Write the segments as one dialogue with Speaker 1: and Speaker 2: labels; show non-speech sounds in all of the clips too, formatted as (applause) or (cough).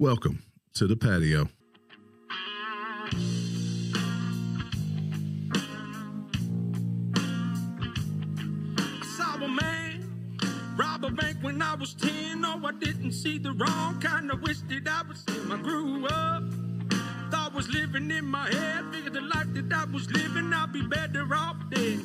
Speaker 1: Welcome to the patio.
Speaker 2: I saw a man rob a bank when I was 10. No, I didn't see the wrong kind. I wish that I was him. I grew up. Thought was living in my head. Figured the life that I was living, I'd be better off dead.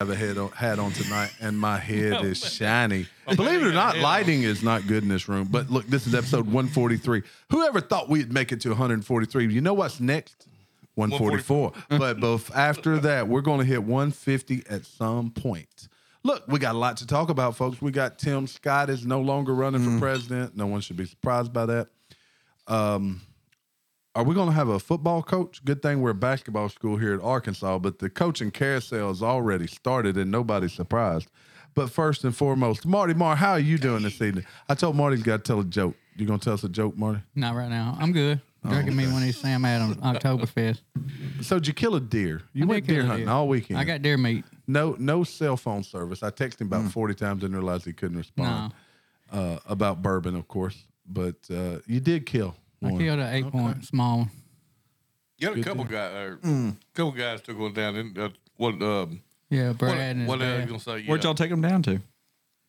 Speaker 3: have a head on, hat on tonight, and my head is shiny. Believe it or not, lighting is not good in this room. But look, this is episode 143. Whoever thought we'd make it to 143? You know what's next? 144.
Speaker 4: Mm-hmm.
Speaker 3: but both after that, we're going to hit 150 at some point. Look, we got a lot to talk about, folks. We got Tim Scott is no longer running
Speaker 4: Mm-hmm.
Speaker 3: for president. No one should be surprised by that. Um, Are we going to have a football coach? Good thing we're a basketball school here at Arkansas, but the coaching carousel has already started and nobody's surprised. But first and foremost, Marty Mar, how are you doing this evening? I told Marty he's got to tell a joke. You going to tell us a joke, Marty?
Speaker 4: Not right now. I'm good.
Speaker 3: Oh,
Speaker 4: Drinking me one of these Sam Adams Oktoberfest.
Speaker 3: So did you kill a deer? You
Speaker 4: I
Speaker 3: went
Speaker 4: did kill
Speaker 3: deer
Speaker 4: a
Speaker 3: hunting
Speaker 4: deer.
Speaker 3: all weekend.
Speaker 4: I got deer meat.
Speaker 3: no no cell phone service. I texted him
Speaker 5: Hmm.
Speaker 3: about 40 times and realized he couldn't respond. Uh, about bourbon, of course. But uh, you did kill
Speaker 4: I
Speaker 3: one.
Speaker 4: killed an eight point small one.
Speaker 6: You had a couple guys. Uh, Couple guys took one down. And, uh, what? Um,
Speaker 4: Yeah,
Speaker 6: what?
Speaker 4: Brad and his
Speaker 6: What are you
Speaker 4: dad.
Speaker 6: gonna say? Yeah.
Speaker 5: Where'd y'all take them down to?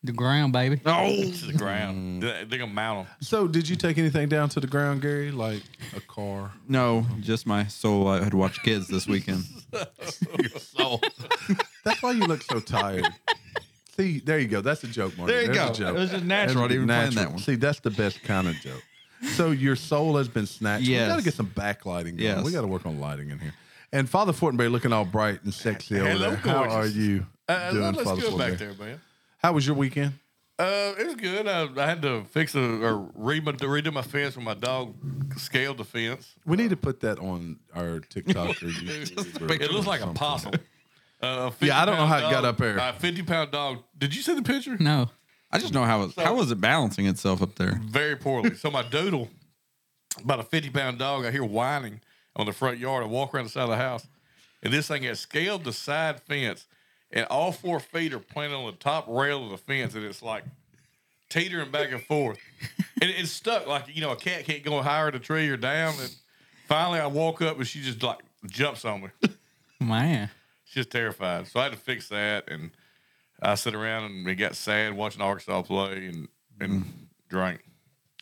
Speaker 4: the ground, baby.
Speaker 6: Oh, to the ground. They- They're gonna mount them.
Speaker 3: So did you take anything down to the ground, Gary? Like a car?
Speaker 5: No, just my soul. I had watched kids this weekend.
Speaker 6: So
Speaker 3: That's why you look so
Speaker 4: (laughs)
Speaker 3: tired. See, there you go. That's a joke, Marty.
Speaker 5: (laughs) There you
Speaker 3: There's
Speaker 5: go.
Speaker 3: A joke.
Speaker 5: It was just natural. I didn't even plan that one.
Speaker 3: See, that's the best kind of joke. So your soul has been snatched. We
Speaker 5: Yes.
Speaker 3: got to get some backlighting going.
Speaker 5: Yes.
Speaker 3: We got to work on lighting in here. And Father Fortenberry looking all bright and sexy over
Speaker 6: Hello,
Speaker 3: there. How are
Speaker 6: gorgeous.
Speaker 3: you
Speaker 6: uh,
Speaker 3: doing,
Speaker 6: let's
Speaker 3: Father
Speaker 6: go back
Speaker 3: Fortenberry?
Speaker 6: there, man.
Speaker 3: How was your weekend?
Speaker 6: Uh, it was good. I, I had to fix a, or re- redo my fence when my dog scaled the (laughs) fence.
Speaker 3: We need to put that on our TikTok or YouTube. or
Speaker 6: It looks like a
Speaker 3: something.
Speaker 6: possum. Uh, a
Speaker 3: Yeah, I don't know
Speaker 6: 50-pound
Speaker 3: how it got
Speaker 6: dog-
Speaker 3: up there.
Speaker 6: A fifty-pound dog. Did you see the picture?
Speaker 4: No.
Speaker 5: I just know how it, how was it balancing itself up there?
Speaker 6: very poorly. So my doodle, about a fifty pound dog, I hear whining on the front yard. I walk around the side of the house, and this thing has scaled the side fence, and all four feet are planted on the top rail of the fence, and it's like teetering back and forth, and it's stuck. Like you know, a cat can't go higher in a tree or down. And finally, I walk up, and she just like jumps on me.
Speaker 4: Man.
Speaker 6: She's terrified. So I had to fix that, and I sit around and it got sad watching Arkansas play and and drank.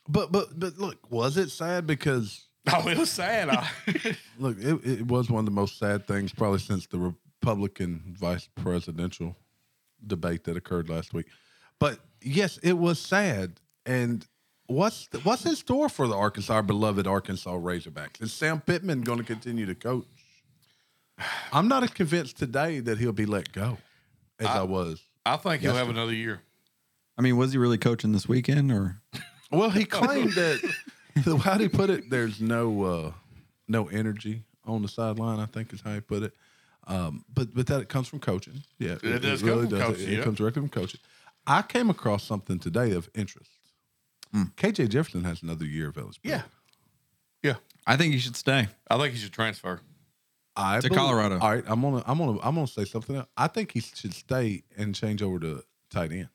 Speaker 3: But but but look, was it sad because
Speaker 6: (laughs) Oh, it was sad. I, (laughs)
Speaker 3: Look, it, it was one of the most sad things probably since the Republican vice presidential debate that occurred last week. But yes, it was sad. And what's what's in store for the Arkansas, our beloved Arkansas Razorbacks? Is Sam Pittman going to continue to coach? (sighs) I'm not as convinced today that he'll be let go as I, was.
Speaker 6: I think he'll have another year.
Speaker 5: I mean, was he really coaching this weekend or?
Speaker 3: Well,
Speaker 6: (laughs)
Speaker 3: he claimed that. how do he put it? There's no uh, no energy on the sideline. I think is how he put it. Um, but but that comes from coaching. Yeah, it,
Speaker 6: does come from
Speaker 3: It,
Speaker 6: coaching,
Speaker 3: it
Speaker 6: yeah.
Speaker 3: comes directly from coaching. I came across something today of interest.
Speaker 6: Hmm.
Speaker 3: KJ Jefferson has another year of eligibility.
Speaker 6: Yeah.
Speaker 5: I think he should stay.
Speaker 6: I think he should transfer.
Speaker 3: I
Speaker 5: To Colorado.
Speaker 3: All right, I'm gonna I'm gonna I'm gonna say something. Else. I think he should stay and change over to tight end.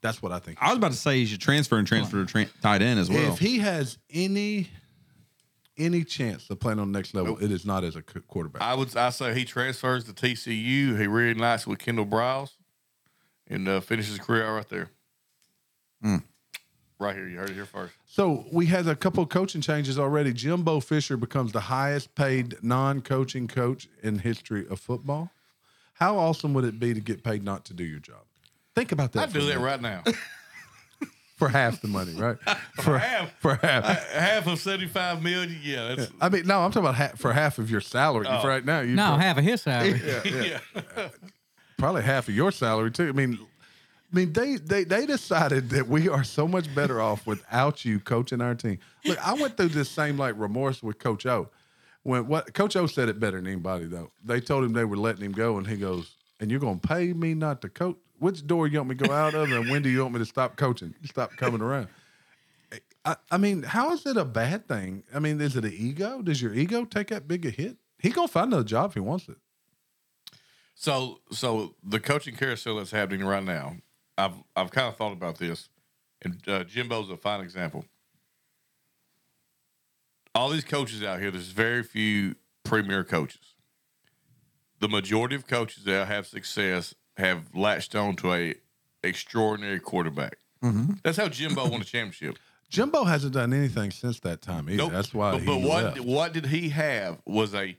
Speaker 3: That's what I think.
Speaker 5: I was about to say he should transfer and transfer to tra- tight end as well.
Speaker 3: If he has any any chance of playing on the next level, it is not as a qu- quarterback.
Speaker 6: I would I say he transfers to TCU. He reunites with Kendall Bryles and uh, finishes his career out right there. Right here. You heard it here first.
Speaker 3: So we had a couple of coaching changes already. Jimbo Fisher becomes the highest paid non-coaching coach in history of football. How awesome would it be to get paid not to do your job? Think about that.
Speaker 6: I'd
Speaker 3: for, a
Speaker 6: do that
Speaker 3: minute.
Speaker 6: right now. (laughs)
Speaker 3: for half the money, right?
Speaker 6: For half,
Speaker 3: (laughs) for half.
Speaker 6: half of 75 million. Yeah. That's,
Speaker 3: I mean, no, I'm talking about half, for half of your salary
Speaker 6: Oh.
Speaker 3: right now. You
Speaker 4: No, half of his salary.
Speaker 6: yeah.
Speaker 3: probably half of your salary too. I mean, I mean they they they decided that we are so much better off without you coaching our team. Look, I went through this same like remorse with Coach O. When what Coach O said it better than anybody though. They told him they were letting him go, and he goes, "And you're gonna pay me not to coach? Which door you want me to go out of, and when do you want me to stop coaching? Stop coming around." I, I mean, how is it a bad thing? I mean, is it an ego? Does your ego take that big a hit? He gonna find another job if he wants it.
Speaker 6: So so the coaching carousel that's happening right now. I've I've kind of thought about this, and uh, Jimbo's a fine example. All these coaches out here, there's very few premier coaches. The majority of coaches that have success have latched on to a extraordinary quarterback.
Speaker 3: Mm-hmm.
Speaker 6: That's how Jimbo won
Speaker 3: (laughs)
Speaker 6: a championship.
Speaker 3: Jimbo hasn't done anything since that time either. That's why.
Speaker 6: But, but
Speaker 3: he
Speaker 6: what
Speaker 3: left.
Speaker 6: what did he have was a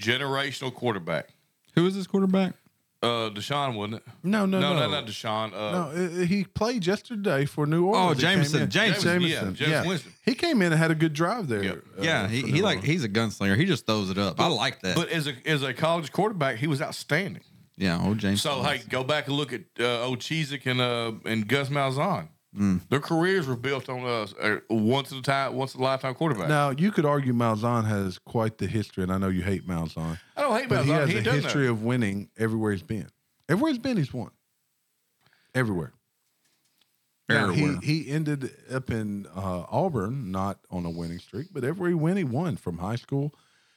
Speaker 6: generational quarterback.
Speaker 5: Who is this quarterback?
Speaker 6: Uh, Deshaun wasn't it?
Speaker 3: No, no,
Speaker 6: no,
Speaker 3: no,
Speaker 6: not Deshaun. Uh,
Speaker 3: No, uh, he played yesterday for New
Speaker 5: Oh,
Speaker 3: Orleans. He came
Speaker 5: Jameson,
Speaker 3: in-
Speaker 5: Jameson,
Speaker 6: Jameson, yeah, Jameson Winston.
Speaker 3: He came in and had a good drive there.
Speaker 6: Yeah.
Speaker 3: uh,
Speaker 5: yeah, he,
Speaker 3: for
Speaker 5: he
Speaker 3: New
Speaker 5: like
Speaker 3: Orleans.
Speaker 5: he's a gunslinger. He just throws it up. I like that.
Speaker 6: (laughs) But as a as a college quarterback, he was outstanding.
Speaker 5: yeah, old James.
Speaker 6: So hey, go back and look at uh, old Cheezick and uh, and Gus Malzahn.
Speaker 3: Hmm.
Speaker 6: Their careers were built on us uh, once in a time, once in a lifetime quarterback.
Speaker 3: Now you could argue Malzahn has quite the history, and I know you hate Malzahn,
Speaker 6: I don't hate
Speaker 3: but he
Speaker 6: Malzahn.
Speaker 3: has
Speaker 6: He,
Speaker 3: a
Speaker 6: does
Speaker 3: history of winning everywhere he's been. Everywhere he's been, he's won. Everywhere. Now, he,
Speaker 5: Everywhere.
Speaker 3: he ended up in uh, Auburn, not on a winning streak, but every win he won from high school.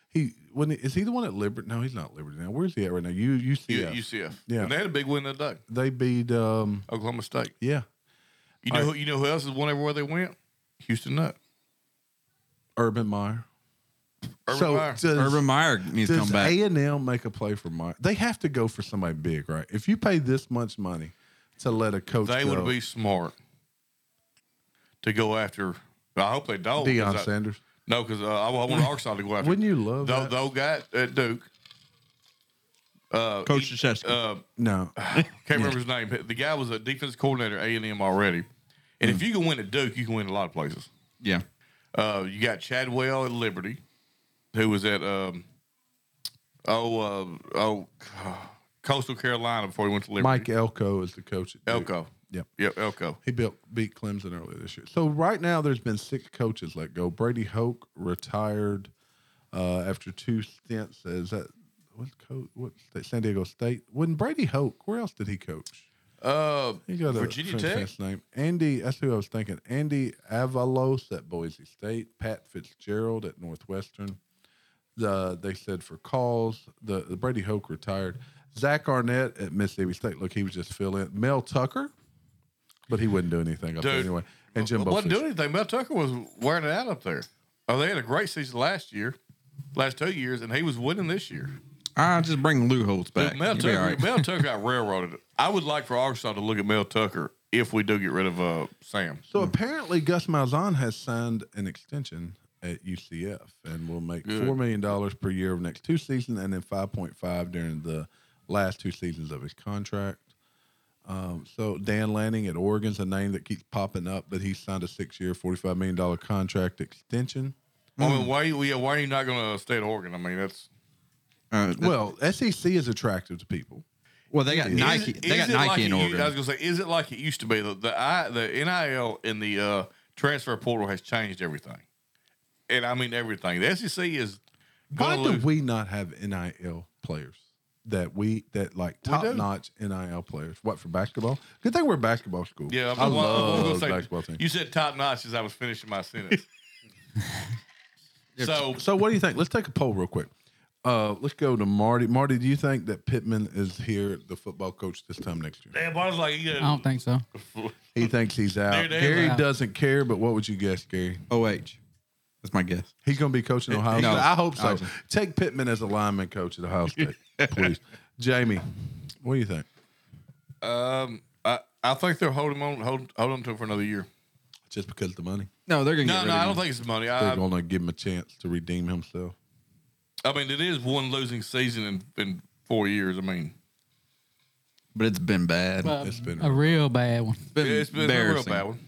Speaker 3: He when is he the one at Liberty? No, he's not Liberty now. Where's he at right now? You
Speaker 6: U-
Speaker 3: UCF.
Speaker 6: UCF.
Speaker 3: Yeah.
Speaker 6: and they had a big win that day,
Speaker 3: they beat um
Speaker 6: Oklahoma State.
Speaker 3: yeah
Speaker 6: You know who you know who else has won everywhere they went? Houston Nut.
Speaker 3: Urban Meyer.
Speaker 6: Urban
Speaker 3: so
Speaker 6: Meyer.
Speaker 3: does,
Speaker 5: Urban Meyer needs to come
Speaker 3: does
Speaker 5: back.
Speaker 3: A and M make a play for Meyer? They have to go for somebody big, right? If you pay this much money to let a coach,
Speaker 6: They
Speaker 3: go,
Speaker 6: would be smart to go after. I hope they don't. 'cause
Speaker 3: Deion
Speaker 6: I-
Speaker 3: Sanders.
Speaker 6: No, because uh, I wa- I
Speaker 3: (laughs)
Speaker 6: want Arkansas to go after.
Speaker 3: Wouldn't you love
Speaker 6: Though,
Speaker 3: that?
Speaker 6: though, guy at Duke. Uh,
Speaker 5: Coach
Speaker 6: he-
Speaker 5: Krzyzewski.
Speaker 6: Uh,
Speaker 3: No,
Speaker 6: can't remember his name. The guy was a defense coordinator at A and M already. And if you can win at Duke, you can win a lot of places.
Speaker 5: Yeah,
Speaker 6: Uh, you got Chadwell at Liberty, who was at um, oh uh, oh (sighs) Coastal Carolina before he went to Liberty.
Speaker 3: Mike Elko is the coach. At Duke.
Speaker 6: Elko.
Speaker 3: Yep.
Speaker 6: Yep, Elko.
Speaker 3: He built beat Clemson earlier this year. So right now, there's been six coaches let go. Brady Hoke retired uh, after two stints. Is that what coach? What state? San Diego State? When Brady Hoke, where else did he coach?
Speaker 6: Uh,
Speaker 3: He got
Speaker 6: Virginia
Speaker 3: a French
Speaker 6: Tech.
Speaker 3: last name. Andy. That's who I was thinking. Andy Avalos at Boise State. Pat Fitzgerald at Northwestern. The they said for calls. The, the Brady Hoke retired. Zach Arnett at Mississippi State. Look, he was just fill in. Mel Tucker, but he wouldn't do anything up there
Speaker 6: Dude.
Speaker 3: anyway. And Jimbo
Speaker 6: wasn't
Speaker 3: Fisher.
Speaker 6: doing anything. Mel Tucker was wearing it out up there. Oh, they had a great season last year, last two years, and he was winning this year.
Speaker 5: I just bring Lou Holtz
Speaker 6: Dude,
Speaker 5: back.
Speaker 6: Mel,
Speaker 5: You'll be
Speaker 6: Tucker,
Speaker 5: all right. (laughs)
Speaker 6: Mel Tucker got railroaded. I would like for Arkansas to look at Mel Tucker if we do get rid of uh, Sam.
Speaker 3: So apparently, Gus Malzahn has signed an extension at UCF and will make
Speaker 6: Good.
Speaker 3: four million dollars per year over the next two seasons, and then five point five during the last two seasons of his contract. Um, so Dan Lanning at Oregon's a name that keeps popping up, but he signed a six-year, forty-five million dollar contract extension.
Speaker 6: I
Speaker 5: Mm.
Speaker 6: mean, why, yeah, why are you not going to stay at Oregon? I mean, that's
Speaker 5: Uh,
Speaker 3: Well, SEC is attractive to people.
Speaker 5: well, they got Nike.
Speaker 6: Is it-
Speaker 5: they got
Speaker 6: is it
Speaker 5: Nike
Speaker 6: like
Speaker 5: in
Speaker 6: uh, it u-
Speaker 5: Oregon.
Speaker 6: I was going to say, is it like it used to be? The the, I, the NIL and the uh, transfer portal has changed everything, and I mean everything. The SEC is
Speaker 3: Why
Speaker 6: going to
Speaker 3: do
Speaker 6: lose.
Speaker 3: we not have NIL players that we that like
Speaker 6: do.
Speaker 3: top-notch NIL players? What for basketball? Good thing we're a basketball school.
Speaker 6: yeah,
Speaker 3: I
Speaker 6: I'm, I am
Speaker 3: love
Speaker 6: going to
Speaker 3: basketball
Speaker 6: say.
Speaker 3: team.
Speaker 6: You said top notch as I was finishing
Speaker 3: (laughs)
Speaker 6: my sentence. so
Speaker 3: So what do you think? Let's take a poll real quick. Uh, let's go to Marty. Marty, do you think that Pittman is here, the football coach, this time next year?
Speaker 6: damn, I was like,
Speaker 4: I
Speaker 6: yeah,
Speaker 4: don't think so.
Speaker 3: He thinks he's
Speaker 6: There
Speaker 3: out.
Speaker 6: it is.
Speaker 3: Gary
Speaker 4: Out.
Speaker 3: doesn't care, but what would you guess, Gary?
Speaker 5: oh, that's my guess.
Speaker 3: He's going to be coaching Ohio
Speaker 5: No.
Speaker 3: State. I hope so.
Speaker 5: Awesome.
Speaker 3: Take Pittman as a lineman coach at Ohio
Speaker 6: (laughs)
Speaker 3: State, please. Jamie, what do you think?
Speaker 6: Um, I, I think they're holding on, hold, hold on to him for another year.
Speaker 3: Just because of the money?
Speaker 5: No, they're gonna.
Speaker 6: No,
Speaker 5: get
Speaker 6: no,
Speaker 5: rid
Speaker 6: I
Speaker 5: of
Speaker 6: don't
Speaker 5: him.
Speaker 6: think it's the money.
Speaker 3: They're
Speaker 6: I,
Speaker 3: going to give him a chance to redeem himself.
Speaker 6: I mean, it is one losing season in, in four years. I mean,
Speaker 5: But it's been bad.
Speaker 4: But
Speaker 3: It's been-
Speaker 4: a real bad one.
Speaker 5: it's been,
Speaker 6: it's been a real
Speaker 5: embarrassing.
Speaker 6: bad one.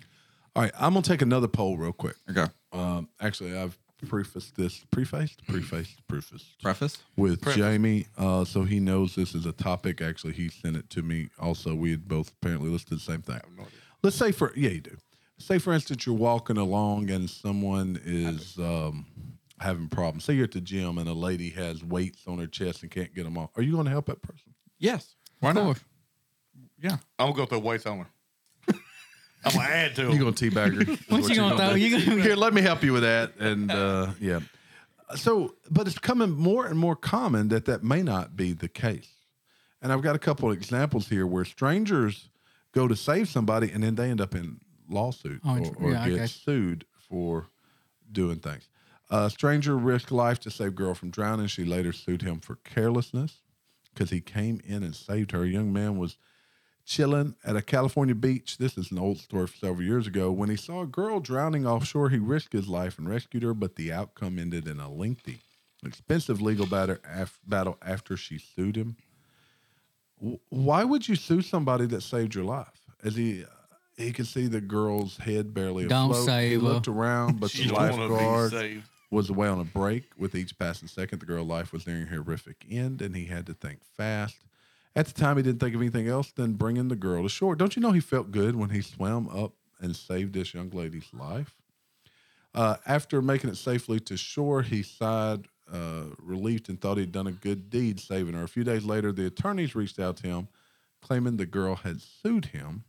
Speaker 3: All right, I'm going to take another poll real quick.
Speaker 5: Okay.
Speaker 3: Um, actually, I've prefaced this, prefaced, prefaced, prefaced.
Speaker 5: Preface.
Speaker 3: with Jamie, uh, so he knows this is a topic. Actually, he sent it to me. Also, we had both apparently listed the same thing. Let's say for yeah, you do. Say for instance, you're walking along and someone is um, having problems. Say you're at the gym and a lady has weights on her chest and can't get them off. Are you going to help that person?
Speaker 5: Yes.
Speaker 4: Why not?
Speaker 5: Yeah.
Speaker 6: I'm gonna go throw weights on her. I'm gonna add to
Speaker 3: You
Speaker 6: him.
Speaker 3: going to teabag her? Is
Speaker 4: What you gonna
Speaker 3: gonna
Speaker 4: throw?
Speaker 3: do.
Speaker 4: You gonna-
Speaker 3: (laughs)
Speaker 4: (laughs)
Speaker 3: Here, let me help you with that. And uh, yeah, so but it's becoming more and more common that that may not be the case. And I've got a couple of examples here where strangers go to save somebody and then they end up in lawsuit
Speaker 4: Oh,
Speaker 3: or, or
Speaker 4: yeah, I
Speaker 3: get
Speaker 4: got you.
Speaker 3: sued for doing things. A stranger risked life to save girl from drowning. She later sued him for carelessness because he came in and saved her. A young man was chilling at a California beach. This is an old story from several years ago. When he saw a girl drowning offshore, he risked his life and rescued her, but the outcome ended in a lengthy, expensive legal batter- af- battle after she sued him. W- Why would you sue somebody that saved your life? As he he could see the girl's head barely
Speaker 4: Don't
Speaker 3: afloat. he
Speaker 4: save her.
Speaker 3: looked around,
Speaker 6: (laughs)
Speaker 3: but
Speaker 6: She
Speaker 3: the
Speaker 6: don't want to be
Speaker 3: lifeguard
Speaker 6: saved.
Speaker 3: was away on a break. With each passing second, the girl's life was nearing a horrific end, and he had to think fast. At the time, he didn't think of anything else than bringing the girl to shore. Don't you know he felt good when he swam up and saved this young lady's life? Uh, after making it safely to shore, he sighed, uh, relieved, and thought he'd done a good deed saving her. A few days later, the attorneys reached out to him, claiming the girl had sued him.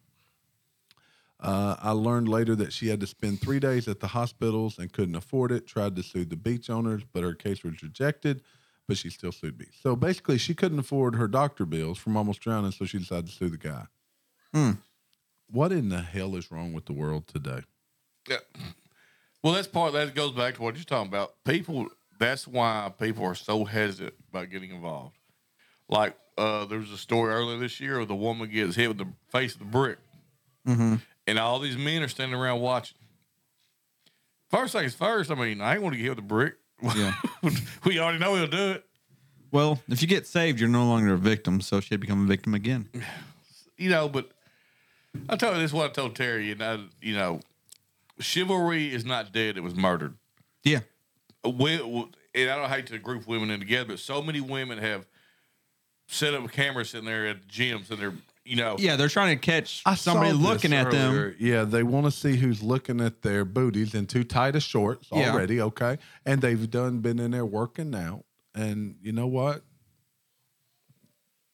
Speaker 3: Uh, I learned later that she had to spend three days at the hospitals and couldn't afford it. Tried to sue the beach owners, but her case was rejected. But she still sued me. So basically, she couldn't afford her doctor bills from almost drowning, so she decided to sue the guy. Hmm. What in the hell is wrong with the world today?
Speaker 6: Yeah. Well, that's part that goes back to what you're talking about. People, that's why people are so hesitant about getting involved. Like uh, there was a story earlier this year of the woman gets hit with the face of the brick,
Speaker 5: Mm-hmm.
Speaker 6: and all these men are standing around watching. First things first, I mean, I ain't want to get hit with a brick. (laughs)
Speaker 5: Yeah.
Speaker 6: we already know he'll do it.
Speaker 5: Well, if you get saved, you're no longer a victim, so she'd become a victim again.
Speaker 6: you know, but I told you this is what I told Terry, and I, you know, chivalry is not dead; it was murdered.
Speaker 5: Yeah.
Speaker 6: We, we- and I don't hate to group women in together, but so many women have set up cameras sitting there at gyms, and they're, you know,
Speaker 5: Yeah, they're trying to catch
Speaker 3: I saw
Speaker 5: somebody
Speaker 3: this
Speaker 5: looking at them.
Speaker 3: earlier. Yeah, they want to see who's looking at their booties in too tight of shorts
Speaker 5: Yeah.
Speaker 3: already. Okay, and they've done been in there working out, and you know what?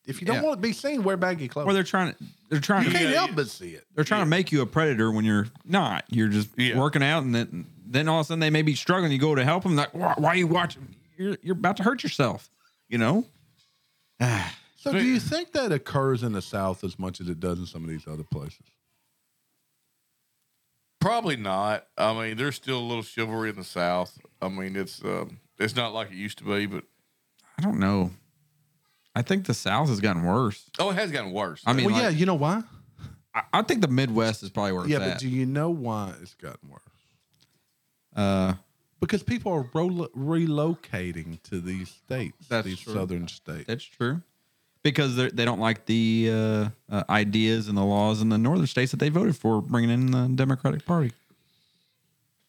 Speaker 3: If you don't
Speaker 5: Yeah.
Speaker 3: want to be seen, wear baggy clothes.
Speaker 5: Or they're trying to they're trying
Speaker 3: you
Speaker 5: to
Speaker 3: can't
Speaker 6: Yeah,
Speaker 3: help
Speaker 6: yeah.
Speaker 3: but see it.
Speaker 5: they're trying to make you a predator when you're not. You're just
Speaker 6: Yeah.
Speaker 5: working out and then then all of a sudden they may be struggling. You go to help them, like why, why are you watching? You're you're about to hurt yourself. You know?
Speaker 3: So, do you think that occurs in the South as much as it does in some of these other places?
Speaker 6: probably not. I mean, there's still a little chivalry in the South. I mean, it's um, it's not like it used to be, but
Speaker 5: I don't know. I think the South has gotten worse.
Speaker 6: oh, it has gotten worse.
Speaker 5: I mean,
Speaker 3: well, yeah,
Speaker 5: like,
Speaker 3: you know why?
Speaker 5: I, I think the Midwest is probably where it's
Speaker 3: Yeah,
Speaker 5: at.
Speaker 3: but do you know why it's gotten worse?
Speaker 5: uh,
Speaker 3: Because people are rolo- relocating to these states,
Speaker 5: That's
Speaker 3: these
Speaker 5: true.
Speaker 3: southern states.
Speaker 5: That's true. Because they're- they don't like the uh, uh, ideas and the laws in the northern states that they voted for bringing in the Democratic Party.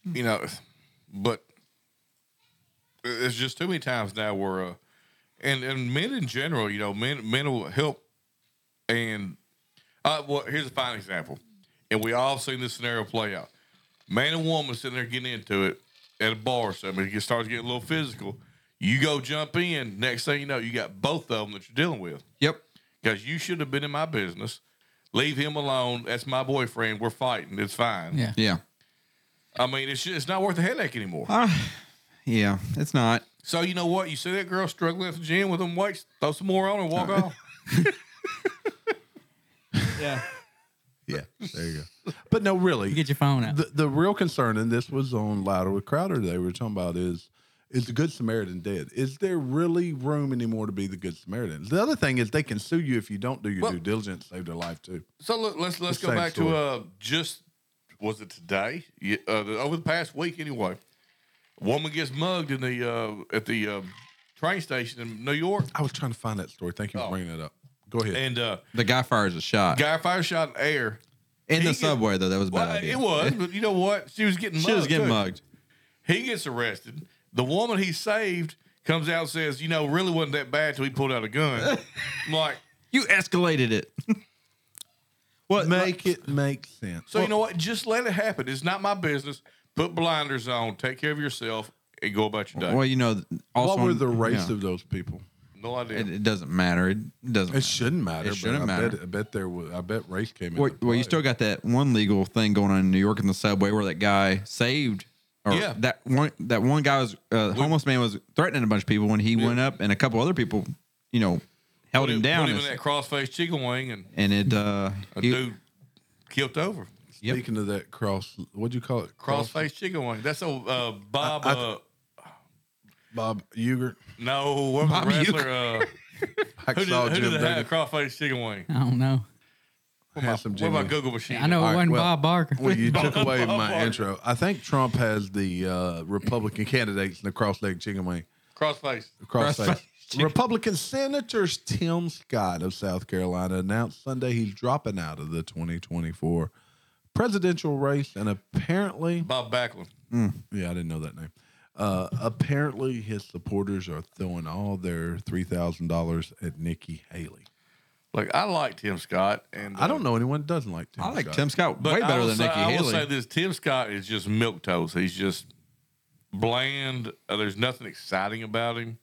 Speaker 6: you know, but it's just too many times now where, uh, and and men in general, you know, men men will help, and uh, well, here's a fine example, and we all seen this scenario play out. Man and woman sitting there getting into it at a bar or something. It gets- starts getting a little physical. You go jump in. Next thing you know, you got both of them that you're dealing with
Speaker 5: Yep.
Speaker 6: because you should have been in my business. Leave him alone. That's my boyfriend. We're fighting. It's fine.
Speaker 4: Yeah.
Speaker 5: Yeah.
Speaker 6: I mean, it's just, it's not worth the headache anymore.
Speaker 5: Yeah. It's not.
Speaker 6: So you know what? You see that girl struggling at the gym with them weights, throw some more on her, walk off.
Speaker 5: Yeah.
Speaker 3: Yeah, there you go. But no, really,
Speaker 4: You get your phone out.
Speaker 3: the, the real concern, and this was on Louder with Crowder they were talking about is is the Good Samaritan dead? Is there really room anymore to be the Good Samaritan? The other thing is they can sue you if you don't do your
Speaker 6: Well-
Speaker 3: due diligence, save their life too.
Speaker 6: (laughs) So look, let's let's
Speaker 3: The
Speaker 6: go
Speaker 3: same
Speaker 6: back
Speaker 3: story.
Speaker 6: to uh just was it today? Yeah, uh, the, over the past week anyway. A woman gets mugged in the uh at the um, train station in New York,
Speaker 3: I was trying to find that story. Thank you for
Speaker 6: Oh.
Speaker 3: bringing it up. Go ahead.
Speaker 6: and uh
Speaker 5: The guy fires a shot
Speaker 6: guy fire shot in the air.
Speaker 5: in
Speaker 6: he
Speaker 5: the
Speaker 6: get-
Speaker 5: subway, though. That was a bad
Speaker 6: Well,
Speaker 5: idea.
Speaker 6: it
Speaker 5: (laughs)
Speaker 6: was, but you know what? She was getting mugged.
Speaker 5: She was getting
Speaker 6: too.
Speaker 5: mugged.
Speaker 6: He gets arrested. The woman he saved comes out and says, "You know, really wasn't that bad till he pulled out
Speaker 5: (laughs)
Speaker 6: a gun." I'm like,
Speaker 5: You escalated it. what?
Speaker 3: make it make sense.
Speaker 6: So you know what? Just let it happen. It's not my business. Put blinders on. Take care of yourself and go about your day.
Speaker 5: Well, you know, also
Speaker 3: what were the race
Speaker 5: yeah.
Speaker 3: of those people?
Speaker 6: no idea.
Speaker 5: It, it doesn't matter. It doesn't.
Speaker 3: It shouldn't matter.
Speaker 5: It
Speaker 3: but
Speaker 5: shouldn't
Speaker 3: I
Speaker 5: matter.
Speaker 3: Bet, I bet there was. I bet race came in.
Speaker 5: Well, well, you still got that one legal thing going on in New York in the subway where that guy saved, or
Speaker 6: Yeah.
Speaker 5: that one that one guy was uh, homeless man was threatening a bunch of people when he went up and a couple other people, you know, held
Speaker 6: Put
Speaker 5: him down,
Speaker 6: Put him in
Speaker 5: and-
Speaker 6: that crossface chicken wing, and
Speaker 5: and it uh,
Speaker 6: a
Speaker 5: he-
Speaker 6: dude kilt over.
Speaker 5: Yep.
Speaker 3: Speaking of that cross, what'd you call it?
Speaker 6: Crossface chicken wing. That's old uh, Bob.
Speaker 3: I- I-
Speaker 6: uh,
Speaker 3: Bob Uger.
Speaker 6: no, what was
Speaker 5: Bob
Speaker 6: the wrestler? Uh,
Speaker 3: (laughs) I
Speaker 6: who did,
Speaker 3: saw
Speaker 6: who
Speaker 3: Jim
Speaker 6: did they
Speaker 3: Davis.
Speaker 6: have crossface chicken wing?
Speaker 4: I don't know.
Speaker 3: Handsome
Speaker 6: What about
Speaker 3: Jimmy.
Speaker 6: Google machine?
Speaker 4: I know
Speaker 3: All
Speaker 4: it
Speaker 3: right,
Speaker 4: wasn't
Speaker 3: well-
Speaker 4: Bob Barker.
Speaker 3: Well,
Speaker 4: (laughs)
Speaker 3: you took away
Speaker 6: Bob
Speaker 3: my
Speaker 6: Barker.
Speaker 3: intro. I think Trump has the uh, Republican candidates in the cross-legged chicken wing.
Speaker 6: Crossface.
Speaker 3: Cross
Speaker 5: Cross-legged
Speaker 3: face. Republican senators Tim Scott of South Carolina announced Sunday he's dropping out of the 2024 presidential race, and apparently,
Speaker 6: Bob Backlund.
Speaker 3: yeah, I didn't know that name. Uh, apparently, his supporters are throwing all their three thousand dollars at Nikki Haley.
Speaker 6: Look, I like Tim Scott, and uh,
Speaker 3: I don't know anyone that doesn't like Tim.
Speaker 5: I like
Speaker 3: Scott.
Speaker 5: Tim Scott way
Speaker 6: I
Speaker 5: better
Speaker 6: will
Speaker 5: than
Speaker 6: say,
Speaker 5: Nikki
Speaker 6: I will
Speaker 5: Haley.
Speaker 6: say this: Tim Scott is just milk toast. He's just bland. Uh, there's nothing exciting about him.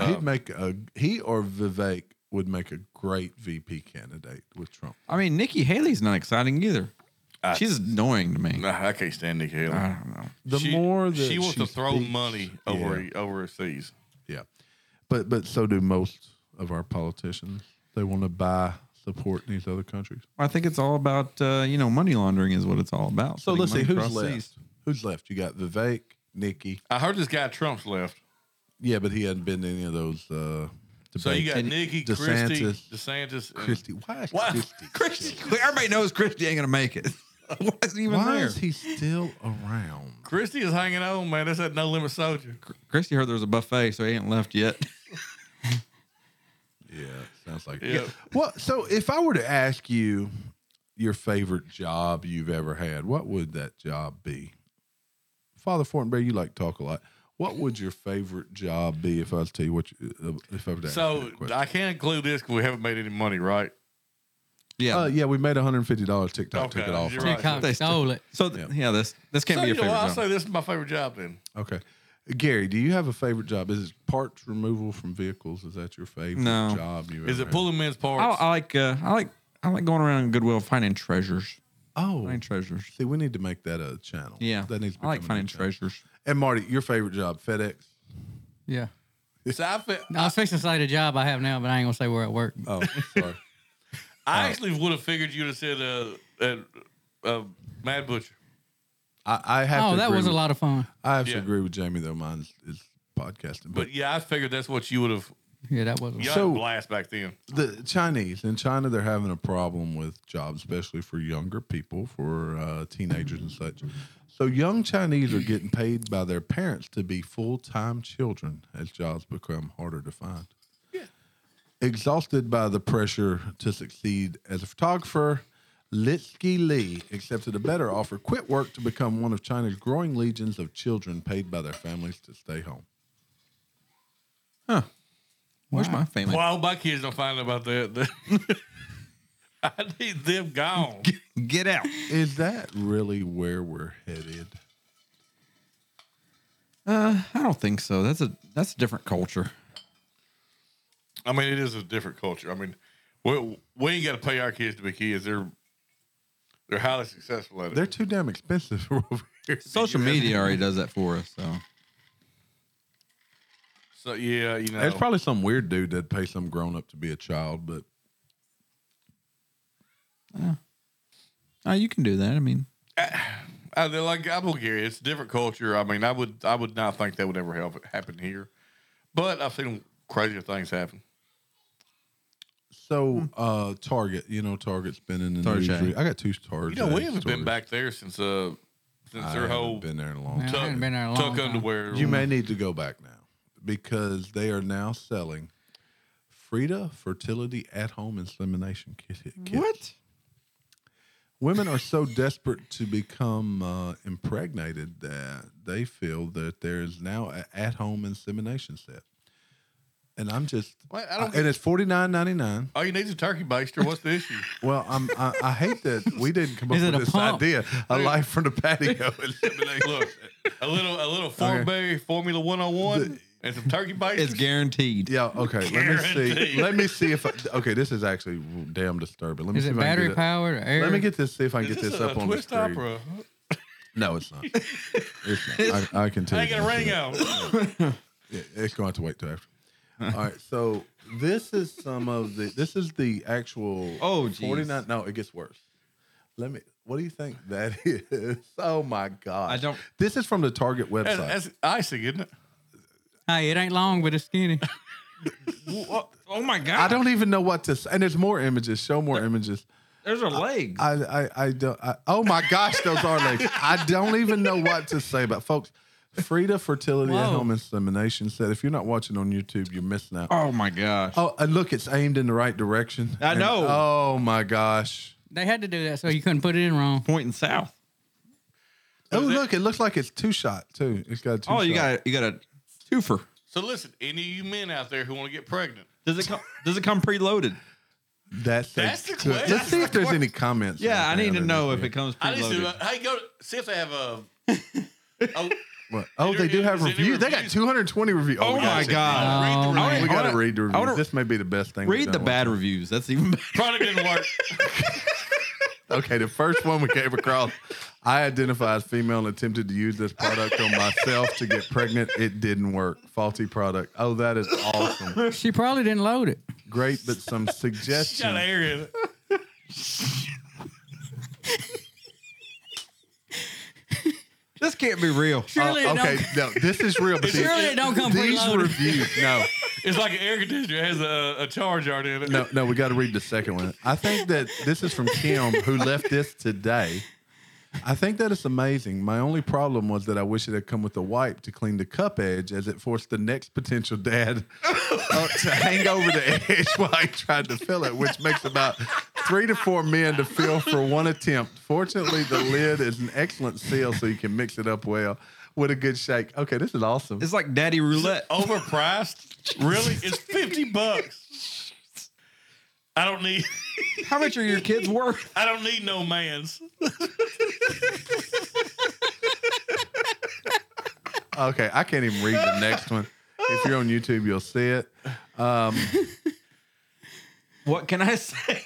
Speaker 3: He'd make a he or Vivek would make a great VP candidate with Trump.
Speaker 5: I mean, Nikki Haley's not exciting either.
Speaker 6: I-
Speaker 5: She's annoying to me.
Speaker 6: Nah, I can't stand Nikki Haley.
Speaker 5: I don't know.
Speaker 3: The
Speaker 6: she,
Speaker 3: more that
Speaker 6: she wants to throw
Speaker 3: speaks-
Speaker 6: money over overseas.
Speaker 3: Yeah, yeah, but but so do most of our politicians. They want to buy support in these other countries.
Speaker 5: I think it's all about uh, you know money laundering is what it's all about.
Speaker 3: So
Speaker 5: Putting
Speaker 3: let's see
Speaker 5: money
Speaker 3: who's
Speaker 5: across
Speaker 3: left.
Speaker 5: seas.
Speaker 3: Who's left? You got Vivek, Nikki.
Speaker 6: I heard this guy Trump's left.
Speaker 3: Yeah, but he hadn't been to any of those. Uh, debates.
Speaker 6: So you got Nikki, Christie,
Speaker 3: DeSantis.
Speaker 6: DeSantis, and
Speaker 3: Christie. Why is
Speaker 6: Why-
Speaker 3: Christie?
Speaker 5: Christy, (laughs) everybody knows Christy ain't gonna make it. (laughs) Why is he even
Speaker 3: Why
Speaker 5: there?
Speaker 3: is he still around?
Speaker 6: Christie is hanging on, man. That's that no limit soldier.
Speaker 5: Christy heard there was a buffet, so he ain't left yet. (laughs)
Speaker 3: Yeah, sounds like
Speaker 6: Yeah.
Speaker 3: yeah. Well, so if I were to ask you your favorite job you've ever had, what would that job be? Father Fortenberry, you like to talk a lot. What would your favorite job be if I was to tell you what you, uh, if I were to ask you
Speaker 6: So
Speaker 3: that question?
Speaker 6: I can't include this because we haven't made any money, right?
Speaker 5: Yeah.
Speaker 3: Uh, yeah, we made $150 TikTok took
Speaker 6: Okay,
Speaker 3: it off.
Speaker 6: you're
Speaker 3: us.
Speaker 6: right.
Speaker 4: Tick-tock
Speaker 5: They-
Speaker 4: stole it.
Speaker 5: so th-
Speaker 3: Yeah.
Speaker 5: yeah. this this can't
Speaker 6: so,
Speaker 5: be a
Speaker 6: you know,
Speaker 5: favorite.
Speaker 6: I'll
Speaker 5: job.
Speaker 6: say this is my favorite job then.
Speaker 3: Okay. Gary, do you have a favorite job? Is it parts removal from vehicles? Is that your favorite
Speaker 5: No.
Speaker 3: job you
Speaker 6: Is
Speaker 3: ever
Speaker 6: it pulling men's
Speaker 5: I,
Speaker 6: parts?
Speaker 5: I like uh, I like I like going around in Goodwill finding treasures.
Speaker 3: had? Oh.
Speaker 5: Finding treasures.
Speaker 3: See, we need to make that a channel.
Speaker 5: Yeah.
Speaker 3: That needs to
Speaker 5: I like
Speaker 3: become a new
Speaker 5: finding
Speaker 3: channel.
Speaker 5: treasures.
Speaker 3: And Marty, your favorite job, FedEx?
Speaker 4: Yeah.
Speaker 6: So I, fe-
Speaker 4: I was fixing to say the job I have now, but I ain't gonna say where I work.
Speaker 3: Oh, sorry.
Speaker 6: I actually would have figured you'd have said uh, uh, uh, Mad Butcher.
Speaker 3: I, I have.
Speaker 4: Oh,
Speaker 3: to
Speaker 4: that
Speaker 3: agree
Speaker 4: was a
Speaker 3: with-
Speaker 4: lot of fun.
Speaker 3: I have
Speaker 6: Yeah.
Speaker 3: to agree with Jamie though. Mine is podcasting, but,
Speaker 6: But yeah, I figured that's what you would have.
Speaker 4: Yeah, that was. a-
Speaker 6: You
Speaker 3: So-
Speaker 6: had a blast back then.
Speaker 3: the Chinese in China they're having a problem with jobs, especially for younger people, for uh, teenagers and such. So young Chinese are getting paid by their parents to be full time children as jobs become harder to find. Exhausted by the pressure to succeed as a photographer, Litsky Lee accepted a better offer, quit work to become one of China's growing legions of children paid by their families to stay home.
Speaker 5: Where's my family?
Speaker 6: Well, I hope my kids don't find out about that. (laughs) I need them gone.
Speaker 5: Get out.
Speaker 3: Is that really where we're headed?
Speaker 5: Uh, I don't think so. That's a that's a different culture.
Speaker 6: I mean, it is a different culture. I mean, we, we ain't got to pay our kids to be kids. They're they're highly successful at it.
Speaker 3: They're too damn expensive (laughs) over here.
Speaker 5: Social media already does that for us. So
Speaker 6: so yeah, you know,
Speaker 3: There's probably some weird dude that pays some grown up to be a child, but
Speaker 5: oh, you can do that. I mean,
Speaker 6: I, they're like I'm with Gary. It's a different culture. I mean, I would I would not think that would ever help happen here, but I've seen crazier things happen. Hmm.
Speaker 3: so uh Target, you know, Target's been in the
Speaker 5: Target.
Speaker 3: news. re- I got two Target.
Speaker 6: You know, we haven't been back there since uh since
Speaker 3: I
Speaker 6: their
Speaker 3: haven't
Speaker 6: whole
Speaker 3: been there in a long
Speaker 4: Yeah, I
Speaker 6: tuck,
Speaker 3: time.
Speaker 4: haven't been there in a long
Speaker 6: tuck
Speaker 4: time.
Speaker 6: underwear.
Speaker 3: You may need to go back now because they are now selling Frida fertility at home insemination kit. kits.
Speaker 5: what?
Speaker 3: Women are so desperate to become uh, impregnated that they feel that there is now an at-home insemination set, and I'm just
Speaker 6: Wait, I don't
Speaker 3: and it's forty nine ninety nine.
Speaker 6: All you need is a turkey baster. What's
Speaker 3: (laughs)
Speaker 6: the issue?
Speaker 3: Well, I'm, I, I hate that we didn't come up
Speaker 4: (laughs) Is it
Speaker 3: with
Speaker 4: a
Speaker 3: this
Speaker 4: pump?
Speaker 3: idea. A life from the
Speaker 6: (laughs)
Speaker 3: patio insemination. (laughs)
Speaker 6: Look, a little a little Fornberry Formula One Hundred and One and some
Speaker 3: (laughs)
Speaker 6: turkey
Speaker 5: It's
Speaker 6: basters.
Speaker 5: guaranteed.
Speaker 3: Yeah. Okay. Let me
Speaker 6: Guaranteed.
Speaker 3: see. Let me see if. I, okay, this is actually damn disturbing. Let me
Speaker 4: Is
Speaker 3: see
Speaker 4: it
Speaker 3: if I can
Speaker 4: battery
Speaker 3: get it.
Speaker 4: powered or air?
Speaker 3: Let me get this. See if I can
Speaker 6: Is
Speaker 3: get this,
Speaker 6: a,
Speaker 3: up
Speaker 6: a
Speaker 3: on the
Speaker 6: twist
Speaker 3: screen.
Speaker 6: opera?
Speaker 3: No, it's not. It's not. I, I can tell. you
Speaker 6: Hanging a
Speaker 3: that.
Speaker 6: ring out.
Speaker 3: Yeah, it's going to have to wait till after. All right, so this is some of the this is the actual
Speaker 5: Oh, geez.
Speaker 3: 49 no, it gets worse. Let me what do you think that (laughs) is? Oh my god.
Speaker 5: I don't-
Speaker 3: This is from the Target website.
Speaker 6: That's, that's icing, isn't it?
Speaker 4: Hey, it ain't long, but it's skinny.
Speaker 5: Oh my god!
Speaker 3: I don't even know what to say. And there's more images. Show more images.
Speaker 5: There's her legs.
Speaker 3: I, I, I don't. I, oh my gosh, those are legs. I don't even know what to say about folks. Frida Fertility and
Speaker 4: Whoa.
Speaker 3: Home Insemination said, if you're not watching on YouTube, you're missing out.
Speaker 5: oh my gosh!
Speaker 3: Oh, and look, it's aimed in the right direction.
Speaker 5: I
Speaker 3: And-
Speaker 5: know.
Speaker 3: oh my gosh.
Speaker 4: They had to do that so you couldn't put it in
Speaker 3: (laughs)
Speaker 4: wrong.
Speaker 5: Pointing south.
Speaker 3: Oh look, it looks like it's two shot too. It's got a two.
Speaker 5: Oh, you
Speaker 3: shot.
Speaker 5: got a, you got a twofer.
Speaker 6: So listen, any of you men out there who want to get pregnant,
Speaker 5: Does it come? does it come preloaded?
Speaker 3: That's, a
Speaker 6: That's the
Speaker 3: good-
Speaker 6: question.
Speaker 3: Let's see if there's any comments.
Speaker 5: Yeah, I
Speaker 3: right
Speaker 5: need
Speaker 3: now
Speaker 5: to
Speaker 3: that
Speaker 5: know
Speaker 3: is
Speaker 5: if
Speaker 3: here.
Speaker 5: it comes
Speaker 6: I need to
Speaker 5: preloaded.
Speaker 6: hey go see if they
Speaker 3: (laughs)
Speaker 6: have a. (laughs) oh,
Speaker 3: What? Oh, they do have
Speaker 6: Is there any
Speaker 3: reviews. They got
Speaker 6: reviews?
Speaker 3: 220 reviews.
Speaker 5: Oh
Speaker 3: we
Speaker 5: my
Speaker 3: gotta check that
Speaker 5: God.
Speaker 3: out.
Speaker 6: read the
Speaker 4: Oh,
Speaker 6: review.
Speaker 4: man.
Speaker 3: We got to
Speaker 5: wanna-
Speaker 3: read the
Speaker 5: I wanna-
Speaker 3: reviews. This may be the best thing. we've
Speaker 5: Read the
Speaker 3: done.
Speaker 5: bad reviews. That's even. Better.
Speaker 6: Product didn't work.
Speaker 3: Okay, the first one we came across, I identify as female and attempted to use this product on myself to get pregnant. It didn't work. Faulty product. Oh, that is awesome.
Speaker 4: She probably didn't load it.
Speaker 3: Great, but some (laughs)
Speaker 6: Got
Speaker 3: suggestions.
Speaker 6: air in it.
Speaker 5: (laughs) This can't be real.
Speaker 4: Surely
Speaker 3: Oh,
Speaker 4: it
Speaker 3: okay,
Speaker 4: don't.
Speaker 3: no, this is real. But
Speaker 4: (laughs) Surely
Speaker 3: these,
Speaker 4: it don't come
Speaker 3: these
Speaker 4: preloaded.
Speaker 3: reviews, no,
Speaker 6: It's like an air conditioner. It has a, a charge already in it.
Speaker 3: no, no. We got to read the second one. I think that this is from Kim, who left this today. I think that it's amazing. My only problem was that I wish it had come with a wipe to clean the cup edge, as it forced the next potential dad uh, to hang over the edge (laughs) while he tried to fill it, which makes about three to four men to fill for one attempt. Fortunately, the lid is an excellent seal, so you can mix it up well with a good shake. Okay, this is awesome.
Speaker 5: It's like daddy roulette.
Speaker 6: Oh. Overpriced? really? It's 50 bucks. I don't need
Speaker 5: How much are your kids worth?
Speaker 6: I don't need no man's.
Speaker 3: Okay, I can't even read the next one. If you're on YouTube, you'll see it.
Speaker 5: (laughs) What can I say?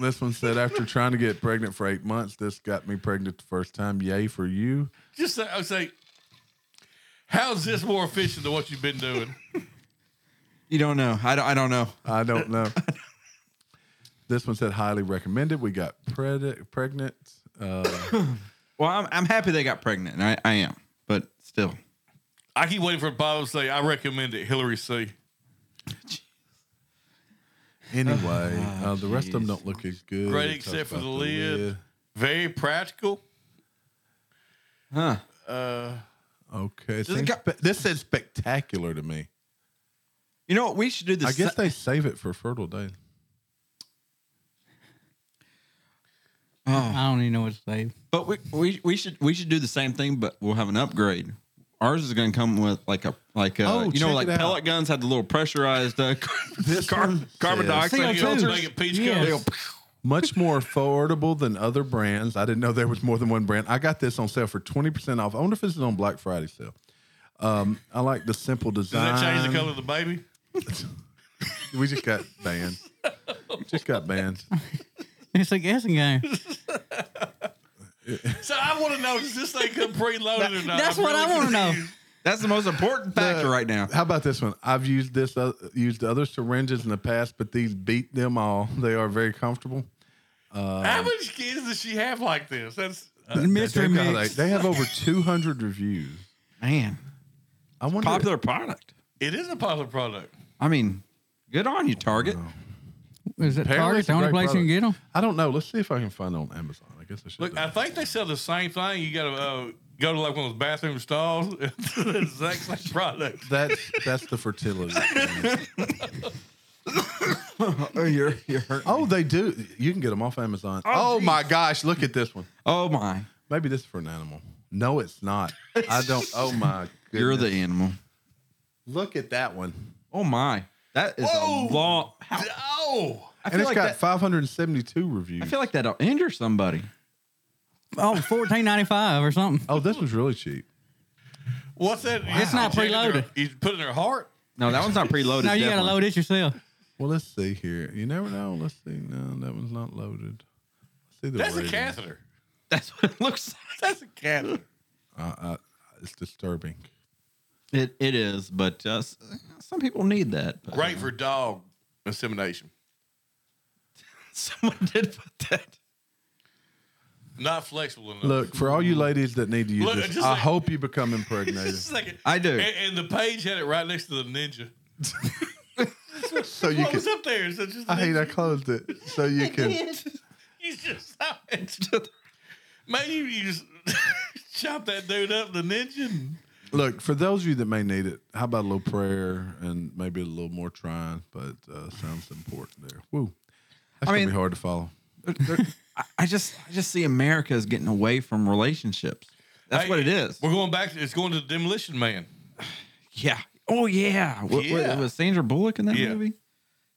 Speaker 3: This one said, after trying to get pregnant for eight months, this got me pregnant the first time. Yay for you.
Speaker 6: Just say, I would say, how's this more efficient than what you've been doing?
Speaker 5: You don't know. I don't. I don't know.
Speaker 3: I don't know. this one said, highly recommended. We got pred- pregnant. Uh,
Speaker 5: Well, I'm, I'm happy they got pregnant. and I, I am, but still.
Speaker 6: I keep waiting for Bob to say, I recommend it, Hillary C.
Speaker 3: anyway,
Speaker 5: Ah,
Speaker 3: uh, the rest of them don't look as good.
Speaker 6: Great
Speaker 3: It talks
Speaker 6: except for
Speaker 3: about
Speaker 6: the lid. Very practical.
Speaker 5: Huh?
Speaker 3: Okay. it
Speaker 5: Does it
Speaker 3: seems
Speaker 5: got-
Speaker 3: spe- this said spectacular to me.
Speaker 5: You know what? We should do this.
Speaker 3: I guess they save it for fertile day.
Speaker 5: Oh,
Speaker 4: I don't even know what to say.
Speaker 5: but we, we we should we should do the same thing, but we'll have an upgrade. Ours is going to come with like a like a
Speaker 3: Oh,
Speaker 5: you
Speaker 3: check
Speaker 5: know like
Speaker 3: it out.
Speaker 5: pellet guns had the little pressurized uh, (laughs)
Speaker 3: This
Speaker 5: carbon
Speaker 3: one
Speaker 5: carbon
Speaker 3: says-
Speaker 5: dioxide
Speaker 6: Make it,
Speaker 5: filters.
Speaker 6: make it peach
Speaker 4: Yeah.
Speaker 6: cones.
Speaker 3: Much more affordable than other brands. I didn't know there was more than one brand. I got this on sale for 20% off. I wonder if this is on Black Friday sale. Um, I like the simple
Speaker 6: Does
Speaker 3: design.
Speaker 6: that change the color of the baby?
Speaker 3: We just got banned. just got banned.
Speaker 4: It's a guessing game. (laughs)
Speaker 6: So I want to know, does this thing come preloaded or not?
Speaker 4: That's
Speaker 6: I'm
Speaker 4: what I
Speaker 6: really
Speaker 4: want to know.
Speaker 6: confused.
Speaker 5: That's the most important factor right now.
Speaker 3: How about this one? I've used this uh, used other syringes in the past, but these beat them all. They are very comfortable.
Speaker 6: How much kids does she have like this? That's
Speaker 4: Mystery
Speaker 3: They've got,
Speaker 4: mix.
Speaker 3: like, they have over 200 reviews.
Speaker 5: Man,
Speaker 3: I wonder.
Speaker 5: popular product.
Speaker 6: It is a popular product.
Speaker 5: I mean, good on you, Target.
Speaker 4: Is it
Speaker 3: Apparently
Speaker 4: Target
Speaker 3: it's a
Speaker 4: the only
Speaker 3: great
Speaker 4: place you can get them?
Speaker 3: I don't know. Let's see if I can find it on Amazon. I guess I should.
Speaker 6: Look,
Speaker 3: do
Speaker 6: I
Speaker 3: that.
Speaker 6: think they sell the same thing. You got to uh, go to like one of those bathroom stalls. (laughs) It's the exact same product.
Speaker 3: that's that's the fertility.
Speaker 5: Oh, you're you're hurting.
Speaker 3: oh, they do. You can get them off Amazon. Oh, my gosh! Look at this one.
Speaker 5: Oh my,
Speaker 3: Maybe this is for an animal. No, it's not. I don't. Oh my. Goodness.
Speaker 5: you're the animal.
Speaker 3: Look at that one.
Speaker 5: Oh my, that is
Speaker 6: Whoa.
Speaker 5: a long.
Speaker 6: Oh,
Speaker 5: I
Speaker 3: and
Speaker 5: feel
Speaker 3: it's
Speaker 5: like
Speaker 3: got
Speaker 5: that,
Speaker 3: 572 reviews.
Speaker 5: I feel like that'll injure somebody.
Speaker 4: Oh, fourteen ninety five or
Speaker 3: (laughs)
Speaker 4: something.
Speaker 3: oh, this was really cheap.
Speaker 6: what's that?
Speaker 4: It's not preloaded.
Speaker 6: You put it in her heart.
Speaker 5: No, that one's not preloaded.
Speaker 4: No, you got to
Speaker 5: definitely.
Speaker 4: load it yourself.
Speaker 3: Well, let's see here. You never know. Let's see. No, that one's not loaded. Let's see the
Speaker 6: That's a
Speaker 3: rating.
Speaker 6: catheter.
Speaker 5: That's what it looks like.
Speaker 6: That's a catheter.
Speaker 3: Uh, uh, it's disturbing.
Speaker 5: It it is, but uh, s- some people need that. But, (laughs)
Speaker 6: Great for dog insemination.
Speaker 5: Someone did put that.
Speaker 6: Not flexible enough. (laughs)
Speaker 3: Look, for all you ladies that need to use
Speaker 6: Look,
Speaker 3: this,
Speaker 6: just
Speaker 3: I
Speaker 6: like-
Speaker 3: hope you become
Speaker 6: (laughs)
Speaker 3: impregnated
Speaker 6: Just a second.
Speaker 5: I do.
Speaker 6: And, and the page had it right next to the ninja.
Speaker 3: so you
Speaker 6: What
Speaker 3: can.
Speaker 6: was up there? Is that just
Speaker 3: I hate I closed it so you can.
Speaker 5: (laughs)
Speaker 6: You just (laughs) man, you, you just (laughs) chop that dude up the ninja. and-
Speaker 3: Look, for those of you that may need it, how about a little prayer and maybe a little more trying, but uh, sounds important there. Woo. That's
Speaker 5: I
Speaker 3: going
Speaker 5: mean-
Speaker 3: to be hard to follow.
Speaker 5: I, I just I just see America is getting away from relationships. That's
Speaker 6: Hey,
Speaker 5: what it is.
Speaker 6: We're going back. To, it's going to the demolition man.
Speaker 5: Yeah. Oh yeah. What,
Speaker 6: Yeah.
Speaker 5: What, was Sandra Bullock in that
Speaker 6: Yeah.
Speaker 5: movie?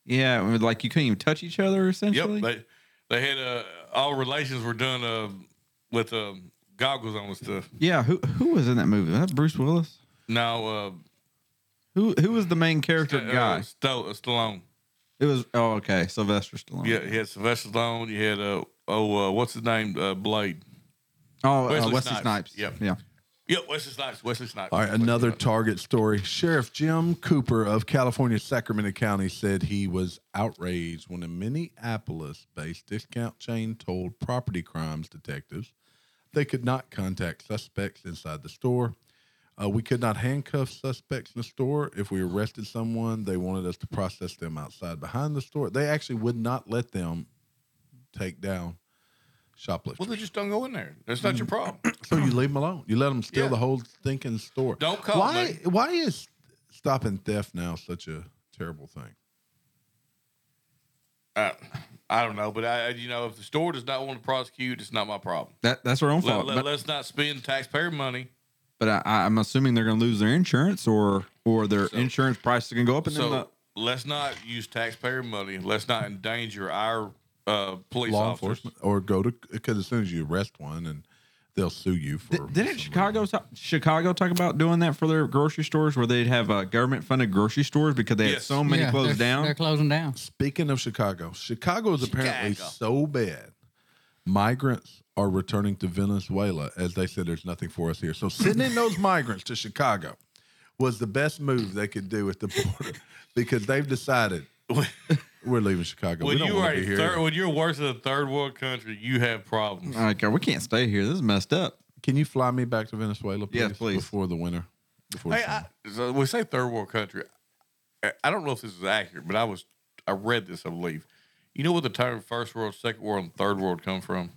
Speaker 5: Yeah, it was like you couldn't even touch each other essentially.
Speaker 6: Yep. They they had uh, all relations were done uh, with uh, goggles on and stuff.
Speaker 5: yeah, who who was in that movie? Was that Bruce Willis?
Speaker 6: Now, uh,
Speaker 5: Who who was the main character
Speaker 6: uh,
Speaker 5: guy?
Speaker 6: Sto- uh, Stallone.
Speaker 5: It was oh okay, Sylvester Stallone.
Speaker 6: Yeah, he had Sylvester Stallone. You had uh, oh, uh, what's his name? Uh, Blade.
Speaker 5: Oh,
Speaker 6: Wesley
Speaker 5: uh, Wesley
Speaker 6: Snipes.
Speaker 5: Snipes.
Speaker 6: Yep.
Speaker 5: Yeah.
Speaker 6: Yeah, Wesley Snipes. Wesley Snipes.
Speaker 3: All right,
Speaker 6: Wesley
Speaker 3: another
Speaker 6: Snipes.
Speaker 3: target story. Sheriff Jim Cooper of California, Sacramento County said he was outraged when a Minneapolis based discount chain told property crimes detectives they could not contact suspects inside the store. Uh, we could not handcuff suspects in the store. If we arrested someone, they wanted us to process them outside behind the store. They actually would not let them take down
Speaker 6: Well,
Speaker 3: shoplifters.
Speaker 6: they just don't go in there. That's not
Speaker 3: Mm.
Speaker 6: your problem.
Speaker 3: So
Speaker 6: (clears throat)
Speaker 3: you leave them alone. You let them steal
Speaker 6: Yeah.
Speaker 3: the whole stinking store.
Speaker 6: Don't call
Speaker 3: Why?
Speaker 6: them.
Speaker 3: Why is stopping theft now such a terrible thing?
Speaker 6: I, I don't know, but I, I- you know, if the store does not want to prosecute, it's not my problem.
Speaker 5: That that's their own
Speaker 6: Let,
Speaker 5: fault.
Speaker 6: let,
Speaker 5: but
Speaker 6: us not spend taxpayer money.
Speaker 5: but I, I- I'm assuming they're going to lose their insurance or or their
Speaker 6: So-
Speaker 5: insurance price is going to go up and
Speaker 6: So
Speaker 5: then the,
Speaker 6: let's not use taxpayer money. Let's not endanger our uh, police
Speaker 3: Law
Speaker 6: officers.
Speaker 3: enforcement, or go to because as soon as you arrest one, and they'll sue you for.
Speaker 5: Did- Didn't
Speaker 3: some
Speaker 5: Chicago talk, Chicago talk about doing that for their grocery stores, where they'd have uh, government funded grocery stores because they had
Speaker 6: Yes.
Speaker 5: so many
Speaker 4: Yeah,
Speaker 5: closed
Speaker 4: they're-
Speaker 5: down?
Speaker 4: They're closing down.
Speaker 3: Speaking of Chicago, Chicago is apparently
Speaker 6: Chicago.
Speaker 3: so bad. Migrants are returning to Venezuela as they said there's nothing for us here. So sending
Speaker 6: (laughs)
Speaker 3: those migrants to Chicago was the best move they could do at the border because they've decided
Speaker 6: (laughs)
Speaker 3: we're leaving Chicago. we
Speaker 6: When
Speaker 3: don't
Speaker 6: you
Speaker 3: want
Speaker 6: are
Speaker 3: to be
Speaker 6: a
Speaker 3: here.
Speaker 6: third, when you're worse than a third world country, you have problems.
Speaker 5: Like, uh, we can't stay here. This is messed up.
Speaker 3: Can you fly me back to Venezuela, please?
Speaker 5: Yes, please.
Speaker 3: Before the winter. Before
Speaker 6: Hey,
Speaker 3: the
Speaker 6: I, so we say third world country. I- I don't know if this is accurate, but I was I read this, I believe. You know what the term first world, second world, and third world come from?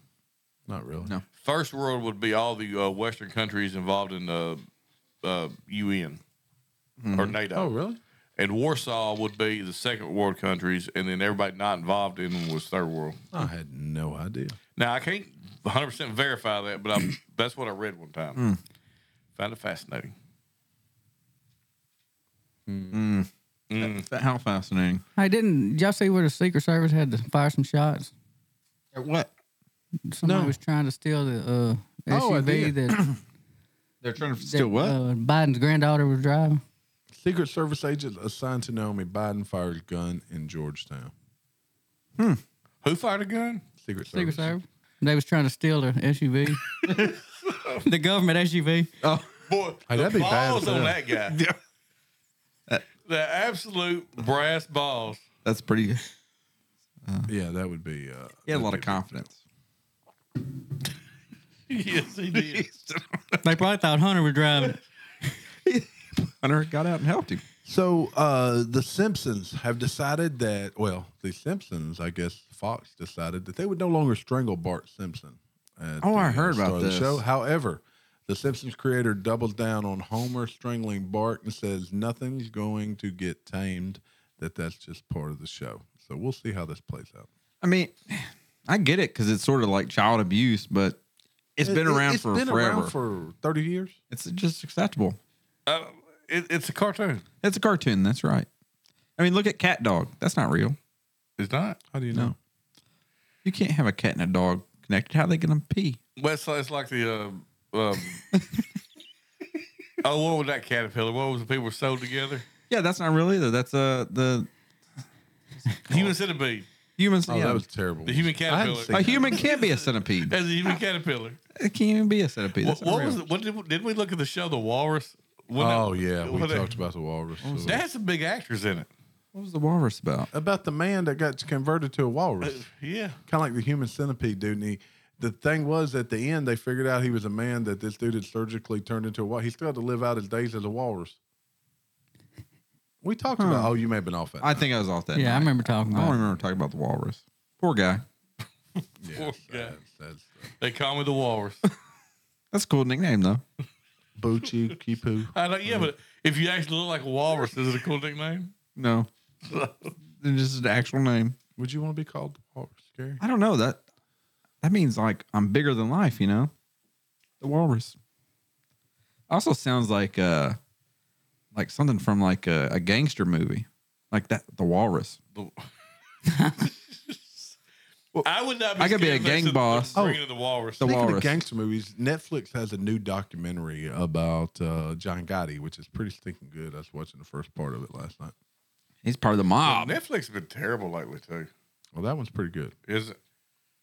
Speaker 3: Not really.
Speaker 5: No.
Speaker 6: First world would be all the uh, Western countries involved in uh, uh, UN or NATO.
Speaker 3: Oh, really?
Speaker 6: And Warsaw would be the second world countries, and then everybody not involved in them was third world.
Speaker 3: I had no idea.
Speaker 6: Now I can't 100 percent verify that, but I'm, (coughs) that's what I read one time.
Speaker 3: Hmm.
Speaker 6: Found it fascinating. Mm.
Speaker 5: That- How fascinating.
Speaker 4: Hey, didn't y'all see where the Secret Service had to fire some shots?
Speaker 5: what?
Speaker 4: Somebody
Speaker 3: No.
Speaker 4: was trying to steal the uh,
Speaker 3: Oh, I
Speaker 4: SUV
Speaker 3: did. (clears throat)
Speaker 4: that, that
Speaker 5: They're trying to steal what?
Speaker 4: Uh, Biden's granddaughter was driving.
Speaker 3: Secret Service agent assigned to Naomi Biden fired gun in Georgetown.
Speaker 6: Who fired a gun?
Speaker 3: Secret, Service.
Speaker 4: Secret Service. They was trying to steal the SUV. the government SUV.
Speaker 5: oh,
Speaker 6: Boy,
Speaker 3: Hey,
Speaker 6: the
Speaker 3: that'd be bad
Speaker 6: balls
Speaker 3: for
Speaker 6: on
Speaker 3: them.
Speaker 6: that (laughs) guy. the absolute brass balls.
Speaker 5: that's pretty.
Speaker 3: Yeah, that would be. Uh,
Speaker 5: He had a lot of confidence.
Speaker 6: (laughs) yes, he did.
Speaker 4: They probably thought Hunter was driving. it.
Speaker 5: Hunter got out and helped him.
Speaker 3: So uh, the Simpsons have decided that, well, the Simpsons, I guess Fox decided that they would no longer strangle Bart Simpson. at
Speaker 5: Oh, I
Speaker 3: the, uh,
Speaker 5: heard
Speaker 3: start
Speaker 5: about
Speaker 3: of the
Speaker 5: this.
Speaker 3: Show. However, the Simpsons creator doubles down on Homer strangling Bart and says nothing's going to get tamed. That that's just part of the show. So we'll see how this plays out.
Speaker 5: I mean, I get it because it's sort of like child abuse, but it's
Speaker 3: It-
Speaker 5: been
Speaker 3: it-
Speaker 5: around
Speaker 3: it's
Speaker 5: for
Speaker 3: been
Speaker 5: forever.
Speaker 3: around for thirty years.
Speaker 5: it's just acceptable.
Speaker 6: Uh, it, it's a cartoon.
Speaker 5: It's a cartoon. That's right. I mean, look at Cat Dog. That's not real.
Speaker 6: It's not.
Speaker 3: How do you know?
Speaker 5: No. You can't have a cat and a dog connected. How are they going to pee?
Speaker 6: Well, it's, it's like the. Uh, (laughs) um, oh, what was that caterpillar? What was the people were sold together?
Speaker 5: Yeah, that's not real either. That's uh the
Speaker 6: Human centipede.
Speaker 5: humans.
Speaker 3: Oh,
Speaker 5: yeah.
Speaker 3: that was terrible.
Speaker 6: The human
Speaker 3: Oh. I hadn't
Speaker 6: caterpillar.
Speaker 3: seen
Speaker 5: a
Speaker 3: that.
Speaker 5: human can't be a
Speaker 6: (laughs)
Speaker 5: centipede.
Speaker 6: As a human caterpillar.
Speaker 5: It can't even be a centipede.
Speaker 6: What,
Speaker 5: That's
Speaker 6: what
Speaker 5: not
Speaker 6: was
Speaker 5: real.
Speaker 6: it? What did, did we look at the show The Walrus? Wasn't
Speaker 5: (laughs)
Speaker 3: oh
Speaker 6: that-
Speaker 3: yeah, we
Speaker 6: wasn't that-
Speaker 3: talked about the walrus.
Speaker 6: That had some big actors in it.
Speaker 5: What was the walrus about?
Speaker 3: about the man that got converted to a walrus,
Speaker 5: (laughs)
Speaker 3: kind
Speaker 6: Yeah.
Speaker 3: of like the human centipede dude. And he, the thing was, at the end, they figured out he was a man that this dude had surgically turned into a walrus. He still had to live out his days as a walrus. We talked about. Oh, you may have been off it.
Speaker 5: I think I was off that.
Speaker 4: Yeah, I
Speaker 5: night.
Speaker 4: remember talking
Speaker 5: I
Speaker 4: about.
Speaker 5: don't
Speaker 4: it.
Speaker 5: remember talking about the walrus. Poor guy.
Speaker 6: Poor guy.
Speaker 3: That's
Speaker 6: They call me the walrus. (laughs)
Speaker 5: That's a cool nickname though. (laughs)
Speaker 3: Bucci Kipu.
Speaker 6: I know, yeah, but if you actually look like a walrus, is it a cool nickname?
Speaker 5: No, (laughs) it's just an actual name.
Speaker 3: Would you want to be called the walrus, Gary?
Speaker 5: I don't know that. That means like I'm bigger than life, you know. The walrus. Also sounds like uh, like something from like a, a gangster movie, like that. The walrus.
Speaker 6: The- I would not. Be
Speaker 5: I could be
Speaker 6: scared
Speaker 5: a
Speaker 6: if they
Speaker 5: gang
Speaker 6: said
Speaker 5: boss.
Speaker 6: they're Bringing in Oh. the walrus.
Speaker 5: The
Speaker 3: Speaking
Speaker 5: walrus.
Speaker 3: of gangster movies, Netflix has a new documentary about uh, John Gotti, which is pretty stinking good. I was watching the first part of it last night.
Speaker 5: He's part of the mob.
Speaker 6: Netflix has been terrible lately too.
Speaker 3: Well, that one's pretty good.
Speaker 6: Is it?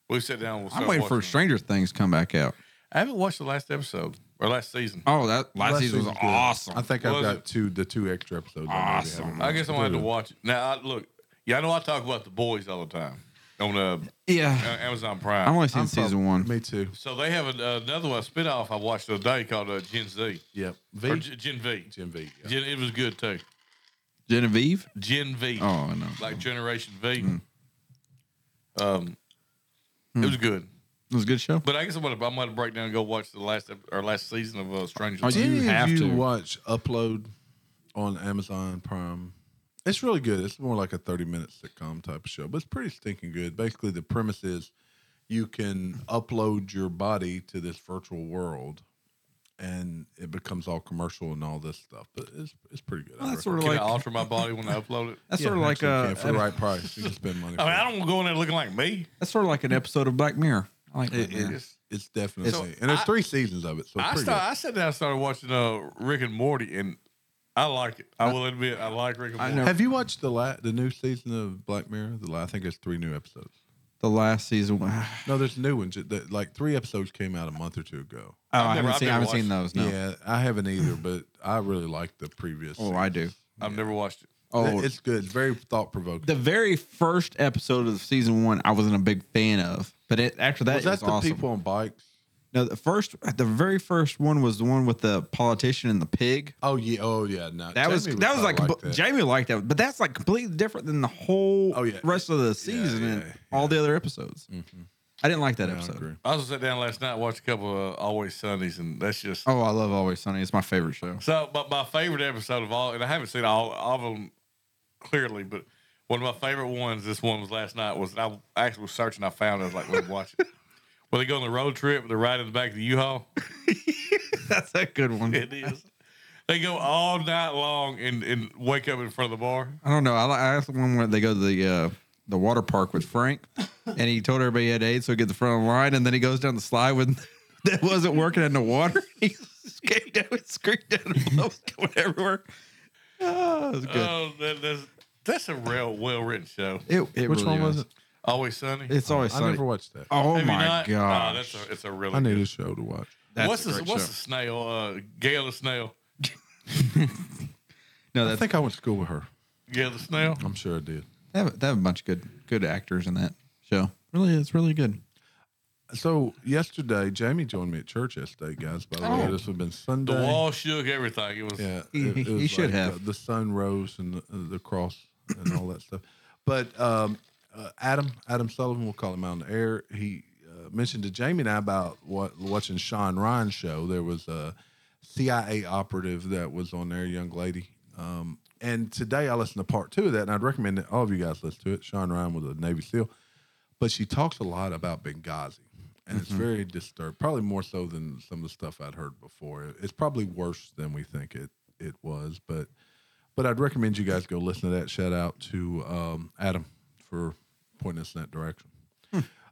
Speaker 6: We sat down. With
Speaker 5: I'm waiting for Stranger Things to come back out.
Speaker 6: I haven't watched the last episode or last season.
Speaker 5: Oh, that last, season was
Speaker 3: season's good.
Speaker 5: awesome.
Speaker 3: I think
Speaker 6: Was
Speaker 3: I've got
Speaker 6: it?
Speaker 3: two the two extra episodes. I maybe
Speaker 5: Awesome.
Speaker 3: haven't
Speaker 6: I guess I'm gonna have to
Speaker 3: watched.
Speaker 6: watch it now. I, look, yeah, I know I talk about the boys all the time on uh, A-
Speaker 5: yeah,
Speaker 6: Amazon
Speaker 5: I've
Speaker 6: Prime.
Speaker 5: only seen
Speaker 3: I'm prob-
Speaker 5: season one.
Speaker 3: Me too.
Speaker 6: So they have a, another one spit off I watched the other day called uh, Gen Z
Speaker 3: Yep. V.
Speaker 6: or G- Gen V.
Speaker 3: Gen V. yeah.
Speaker 6: Gen, it was good too.
Speaker 5: Genevieve.
Speaker 6: Gen V.
Speaker 5: Oh Hmm. no.
Speaker 6: like Generation V. Um, it
Speaker 5: Hmm.
Speaker 6: was good,
Speaker 5: It was a good show.
Speaker 6: but I guess I'm gonna I'm gonna break down and go watch the last ep- or last season of uh, Stranger.
Speaker 5: Are
Speaker 6: Things.
Speaker 5: Oh, you
Speaker 3: Did you
Speaker 5: have to.
Speaker 3: watch Upload on Amazon Prime? It's really good. It's more like a 30 minute sitcom type of show, but it's pretty stinking good. Basically, the premise is you can upload your body to this virtual world and it becomes all commercial and all this stuff, but it's, it's pretty good. I
Speaker 5: Well, that's
Speaker 3: reckon.
Speaker 5: sort of
Speaker 6: Can
Speaker 5: like
Speaker 6: I alter my body when I upload it?
Speaker 5: that's
Speaker 3: Yeah,
Speaker 5: sort of like uh,
Speaker 3: actually, you can,
Speaker 5: a
Speaker 3: for the right price. You can spend money.
Speaker 6: (laughs) I
Speaker 3: for
Speaker 6: mean,
Speaker 3: it.
Speaker 6: I don't want to go in there looking like me.
Speaker 5: that's sort of like an episode of Black Mirror. I like
Speaker 3: It-
Speaker 5: Black Mirror.
Speaker 3: it's, it's definitely
Speaker 6: So,
Speaker 3: and there's
Speaker 6: I-
Speaker 3: three seasons of it, so it's
Speaker 6: I
Speaker 3: pretty
Speaker 6: start, I sat down and started watching uh, Rick and Morty, and I like it. I will admit, I like Rick and
Speaker 5: I
Speaker 6: Morty.
Speaker 3: good.
Speaker 5: know
Speaker 3: Have you watched the la- the new season of Black Mirror? The la- I think it's three new episodes.
Speaker 5: the last season. (sighs) Oh,
Speaker 3: No, there's new ones. that- Like three episodes came out a month or two ago.
Speaker 5: I
Speaker 6: never-
Speaker 5: haven't
Speaker 6: I've
Speaker 5: seen. I
Speaker 6: never
Speaker 5: haven't seen those. No.
Speaker 3: Yeah, I haven't either, but I really like the previous.
Speaker 5: Oh, I do.
Speaker 6: I've never watched it.
Speaker 5: Oh,
Speaker 3: it's good. It's very thought provoking.
Speaker 5: the very first episode of season one, I wasn't a big fan of, but it, after that,
Speaker 3: Was
Speaker 5: it
Speaker 3: that
Speaker 5: was
Speaker 3: the
Speaker 5: awesome.
Speaker 3: people on bikes?
Speaker 5: No, the first, the very first one was the one with the politician and the pig.
Speaker 3: Oh yeah, oh yeah. No,
Speaker 5: That was
Speaker 3: Jamie
Speaker 5: that was
Speaker 3: kinda
Speaker 5: like,
Speaker 3: like that.
Speaker 5: Jamie liked that, but that's like completely different than the whole
Speaker 3: Oh, yeah.
Speaker 5: rest of the season and
Speaker 3: yeah, Mm-hmm.
Speaker 5: all the other episodes. I didn't like that
Speaker 3: Yeah, I
Speaker 5: episode.
Speaker 3: agree.
Speaker 6: I also sat down last night and watched a couple of Always Sundays, and that's just
Speaker 5: Oh, I love Always Sunny. It's my
Speaker 3: (laughs)
Speaker 5: favorite show.
Speaker 6: So, but my favorite episode of all, and I haven't seen all, all of them clearly, but one of my favorite ones, this one was last night, was I actually was searching, I found it, I was like, let's watch it. (laughs) When they go on the road trip, they're riding in the back of the U-Haul.
Speaker 5: That's a good (laughs) one.
Speaker 6: (laughs) It is. They go all night long and, and wake up in front of the bar.
Speaker 5: I don't know. I, li- I asked one where they go to the uh, the water park with Frank, and he told everybody he had AIDS, so he get the front of the line, and then he goes down the slide with (laughs) that wasn't working in the water. (laughs) He just came down and screamed down and (laughs) blood was going everywhere. Oh, it was good.
Speaker 3: Uh,
Speaker 6: Oh, that, that's that's a real well written show.
Speaker 5: it, it
Speaker 3: Which
Speaker 5: really
Speaker 3: one was
Speaker 5: is.
Speaker 3: it?
Speaker 6: Always sunny.
Speaker 5: It's always
Speaker 3: I
Speaker 5: sunny.
Speaker 3: never watched that.
Speaker 5: oh
Speaker 6: Have you
Speaker 5: my
Speaker 6: not?
Speaker 5: god,
Speaker 6: Oh, that's a, it's a really.
Speaker 3: I need
Speaker 6: good-
Speaker 3: a show to watch.
Speaker 5: That's
Speaker 6: what's
Speaker 5: a
Speaker 6: the
Speaker 5: great
Speaker 6: what's
Speaker 5: show.
Speaker 6: the snail? Uh, Gail the snail.
Speaker 5: no?
Speaker 3: I
Speaker 5: Oh, That's,
Speaker 3: think I went to school with her.
Speaker 6: Gail the snail.
Speaker 5: Oh,
Speaker 3: I'm sure I did.
Speaker 5: they, have, they have a bunch of good good actors in that show. Really, it's really good.
Speaker 3: So yesterday, Jamie joined me at church yesterday, guys. By Oh. the way, this would have been Sunday.
Speaker 6: The wall shook everything. It was.
Speaker 3: Yeah,
Speaker 5: He-
Speaker 3: it- it
Speaker 5: he
Speaker 3: was
Speaker 5: should
Speaker 3: uh,
Speaker 5: have.
Speaker 3: the sun rose and the, the cross and all that stuff. But um, uh, Adam, Adam Sullivan, we'll call him out on the air. He uh, mentioned to Jamie and I about what, watching Sean Ryan's show. There was a CIA operative that was on there, a young lady. Um, and today I listened to part two of that, and I'd recommend that all of you guys listen to it. Sean Ryan was a Navy SEAL but she talks a lot about Benghazi, and
Speaker 5: Mm-hmm.
Speaker 3: it's very disturbed. Probably more so than some of the stuff I'd heard before. It- It's probably worse than we think it it was, but but I'd recommend you guys go listen to that. Shout out to um, Adam for pointing us in that direction.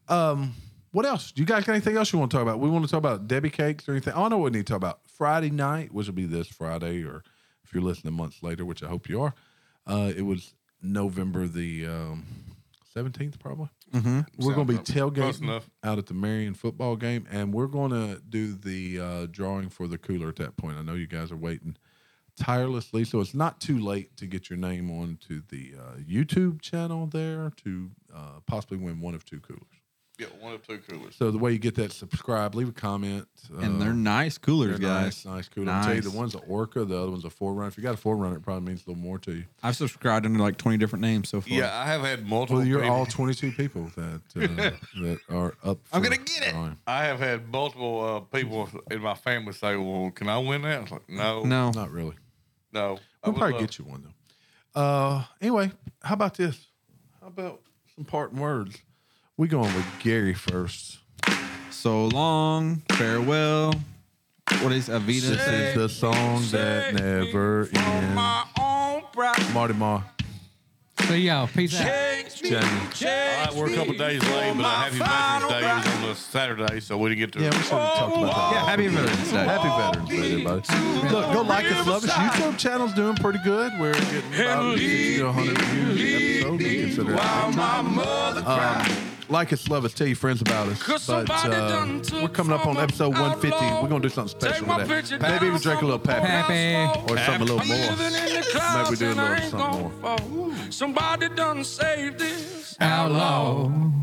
Speaker 3: Um, what else? Do you guys got anything else you want to talk about? We want to talk about Debbie cakes or anything. Oh, I know what we need to talk about. Friday night, which will be this Friday, or if you're listening months later, which I hope you are. Uh, it was November the um, 17th, probably. We're going to be
Speaker 6: Close
Speaker 3: tailgating
Speaker 6: enough.
Speaker 3: out at the Marion football game, and we're going to do the uh, drawing for the cooler at that point. I know you guys are waiting tirelessly. So it's not too late to get your name onto the uh, YouTube channel there to uh, possibly win one of two coolers.
Speaker 6: Get one of two coolers.
Speaker 3: So the way you get that, subscribe, leave a comment.
Speaker 5: and
Speaker 3: uh,
Speaker 5: they're nice coolers,
Speaker 3: they're Nice,
Speaker 5: guys.
Speaker 3: nice, cool. I'll tell you, the
Speaker 5: Nice.
Speaker 3: one's an orca, the other one's a forerunner. If you got a forerunner, it probably means a little more to you.
Speaker 5: I've subscribed under like 20 different names so far.
Speaker 6: Yeah, I have had
Speaker 5: Oh,
Speaker 6: multiple.
Speaker 3: Well, you're
Speaker 6: people-
Speaker 3: all 22 people that uh,
Speaker 5: (laughs)
Speaker 3: that are up.
Speaker 5: I'm
Speaker 3: for
Speaker 5: gonna get it.
Speaker 3: drawing.
Speaker 6: I have had multiple uh, people in my family say, "Well, can I win that?" I was like, no,
Speaker 5: No.
Speaker 3: Not really.
Speaker 6: no. I
Speaker 3: We'll
Speaker 6: would
Speaker 3: probably
Speaker 6: love-
Speaker 3: get you one though. Uh, anyway, how about this? How about some parting words? We going with Gary first.
Speaker 5: So long. Farewell. What is Avita?
Speaker 3: This is
Speaker 5: said?
Speaker 3: the song that never ends.
Speaker 2: My own pride
Speaker 3: Marty Ma,
Speaker 4: See y'all. Peace out.
Speaker 2: takes me.
Speaker 3: Jamie.
Speaker 6: All right, we're a couple days late, but I happy Veterans Day is on a Saturday, so we didn't get to.
Speaker 3: Yeah, we should have talked about that.
Speaker 5: Yeah, happy Veterans Day.
Speaker 3: Happy Veterans Day, everybody. Look, go like us, love us. YouTube channel's doing pretty good. We're getting about 50 to 100 views an episode. We consider that.
Speaker 2: My mother
Speaker 3: Um, like us, love us, tell your friends about us. But uh, we're coming up on episode 150. We're gonna do something special with that. Maybe even drink a little pappy
Speaker 4: Happy.
Speaker 3: or something a little more. Maybe
Speaker 2: Maybe
Speaker 3: we do a little something more.
Speaker 2: Somebody done saved this.
Speaker 4: Outlaw.